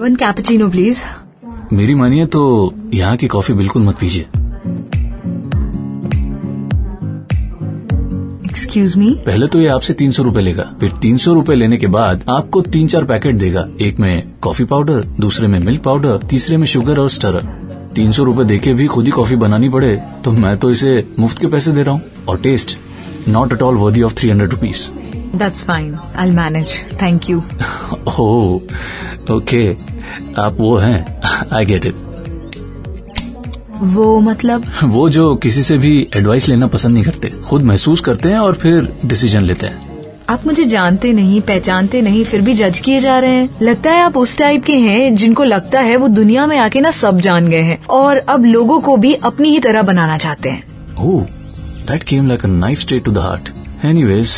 One cappuccino please मेरी मानिए तो यहाँ की कॉफी बिल्कुल मत पीजिए एक्सक्यूज मी पहले तो ये आपसे तीन सौ रूपए लेगा फिर तीन सौ रूपए लेने के बाद आपको तीन चार पैकेट देगा एक में कॉफी पाउडर दूसरे में मिल्क पाउडर तीसरे में शुगर और स्टरर तीन सौ रूपए दे के भी खुद ही कॉफी बनानी पड़े तो मैं तो इसे मुफ्त के पैसे दे रहा हूँ और taste not at all worthy of three hundred rupees that's fine I manage thank you oh okay आप वो हैं आई गेट इट वो मतलब वो जो किसी से भी एडवाइस लेना पसंद नहीं करते खुद महसूस करते हैं और फिर डिसीजन लेते हैं आप मुझे जानते नहीं पहचानते नहीं फिर भी जज किए जा रहे हैं लगता है आप उस टाइप के हैं जिनको लगता है वो दुनिया में आके ना सब जान गए हैं और अब लोगों को भी अपनी ही तरह बनाना चाहते हैं oh that came like a knife straight to the heart anyways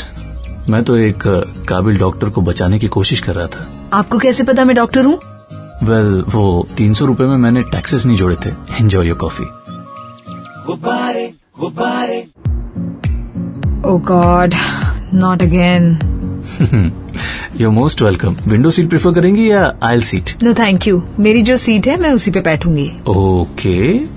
मैं तो एक अ, काबिल डॉक्टर को बचाने की कोशिश कर रहा था आपको कैसे पता मैं डॉक्टर हूँ वेल well, वो तीन सौ रूपए में मैंने टैक्सेस नहीं जोड़े थे enjoy your coffee oh god not again your most welcome window seat prefer करेंगी या aisle seat no thank you मेरी जो सीट है मैं उसी पे बैठूंगी ओके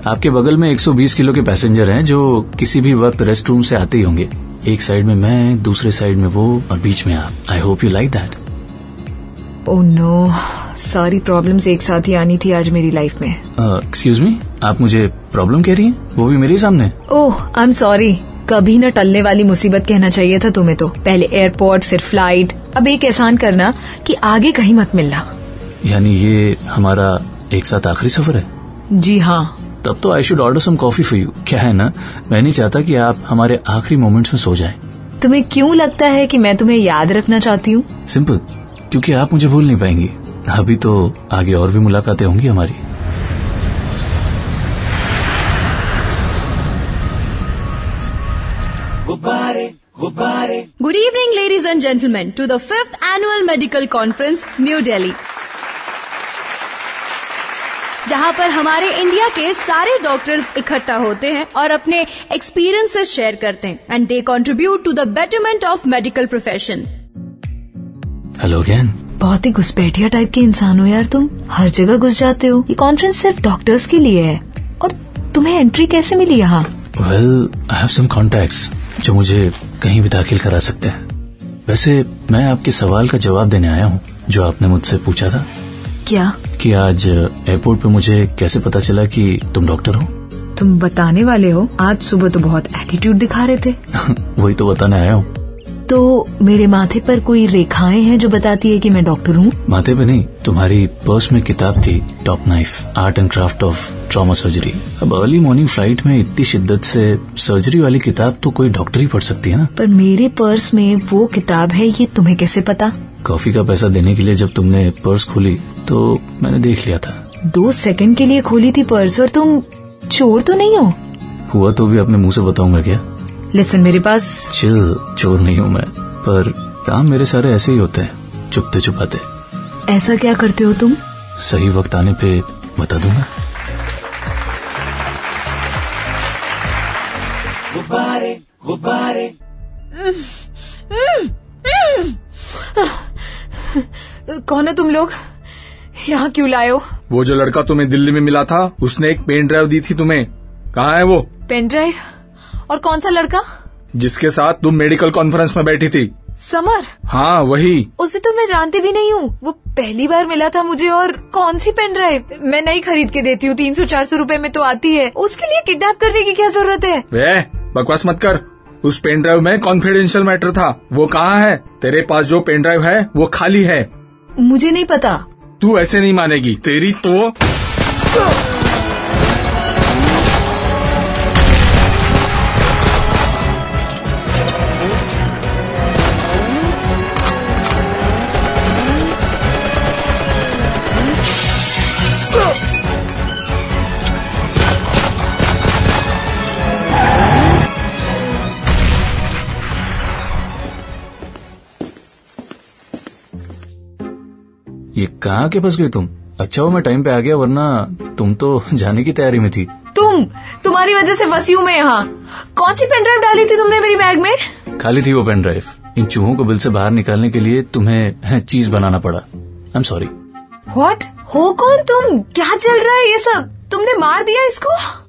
आपके बगल में 120 किलो के पैसेंजर हैं जो किसी भी वक्त रेस्ट रूम से आते ही होंगे एक साइड में मैं दूसरे साइड में वो और बीच में आप I hope you like that oh no Oh सारी प्रॉब्लम्स एक साथ ही आनी थी आज मेरी लाइफ में एक्सक्यूज मी Uh, आप मुझे प्रॉब्लम कह रही हैं वो भी मेरे ही सामने ओह आई एम सॉरी कभी न टलने वाली मुसीबत कहना चाहिए था तुम्हें तो पहले एयरपोर्ट फिर फ्लाइट अब एक एहसान करना कि आगे कहीं मत मिलना यानी ये हमारा एक साथ आखिरी सफर है जी हाँ तब तो I should order some coffee for you क्या है ना मैं नहीं चाहता कि आप हमारे आखिरी मोमेंट्स में सो जाएं तुम्हें क्यों लगता है कि मैं तुम्हें याद रखना चाहती हूँ सिंपल क्योंकि आप मुझे भूल नहीं पाएंगी अभी तो आगे और भी मुलाकातें होंगी हमारी Good evening, ladies and gentlemen, to the 5th Annual Medical Conference, New Delhi. जहां पर हमारे इंडिया के सारे डॉक्टर्स इकट्ठा होते हैं और अपने एक्सपीरियंसेस शेयर करते हैं and they contribute to the betterment of medical profession hello again बहुत ही घुसपैठिया टाइप के इंसान हो यार तुम हर जगह घुस जाते हो ये कॉन्फ्रेंस सिर्फ डॉक्टर्स के लिए है और तुम्हें एंट्री कैसे मिली यहाँ well I have some contacts जो मुझे कहीं भी दाखिल करा सकते हैं वैसे मैं आपके सवाल का जवाब देने आया हूँ जो आपने मुझसे पूछा था क्या कि आज एयरपोर्ट पे मुझे कैसे पता चला कि तुम डॉक्टर हो तुम बताने वाले हो आज सुबह तो बहुत एटीट्यूड दिखा रहे थे वही तो बताने आया हूँ तो मेरे माथे पर कोई रेखाएं हैं जो बताती है कि मैं डॉक्टर हूँ माथे पे नहीं तुम्हारी पर्स में किताब थी top knife art and craft of trauma surgery अब अर्ली मॉर्निंग फ्लाइट में इतनी शिद्दत से सर्जरी वाली किताब तो कोई डॉक्टर ही पढ़ सकती है ना पर मेरे पर्स में वो किताब है ये तुम्हें कैसे पता कॉफी का पैसा देने के लिए जब तुमने पर्स खोली तो मैंने देख लिया था दो सेकंड के लिए खोली थी पर्स और तुम चोर तो नहीं हो हुआ तो भी अपने मुंह से बताऊंगा क्या लिसन मेरे पास चिल चोर नहीं हूँ मैं पर काम मेरे सारे ऐसे ही होते हैं चुपते छुपाते ऐसा क्या करते हो तुम सही वक्त आने पे बता दूंगा कौन है तुम लोग यहाँ क्यों लाए हो वो जो लड़का तुम्हें दिल्ली में मिला था उसने एक पेन ड्राइव दी थी तुम्हें कहाँ है वो पेन ड्राइव और कौन सा लड़का जिसके साथ तुम मेडिकल कॉन्फ्रेंस में बैठी थी समर हाँ वही उसे तो मैं जानती भी नहीं हूँ वो पहली बार मिला था मुझे और कौन सी पेन ड्राइव मैं नहीं खरीद के देती हूँ तीन सौ चार सौ रूपए में तो आती है उसके लिए किडनैप करने की क्या जरूरत है वे बकवास मत कर उस पेन ड्राइव में कॉन्फिडेंशियल मैटर था वो कहाँ है तेरे पास जो पेन ड्राइव है वो खाली है मुझे नहीं पता तू ऐसे नहीं मानेगी तेरी तो ये कहाँ के फंस गई तुम अच्छा हो मैं टाइम पे आ गया वरना तुम तो जाने की तैयारी में थी तुम तुम्हारी वजह से फंसी हूँ मैं यहाँ कौन सी पेन ड्राइव डाली थी तुमने मेरी बैग में खाली थी वो पेन ड्राइव इन चूहों को बिल से बाहर निकालने के लिए तुम्हें चीज बनाना पड़ा आई एम सॉरी व्हाट हो कौन तुम क्या चल रहा है ये सब तुमने मार दिया इसको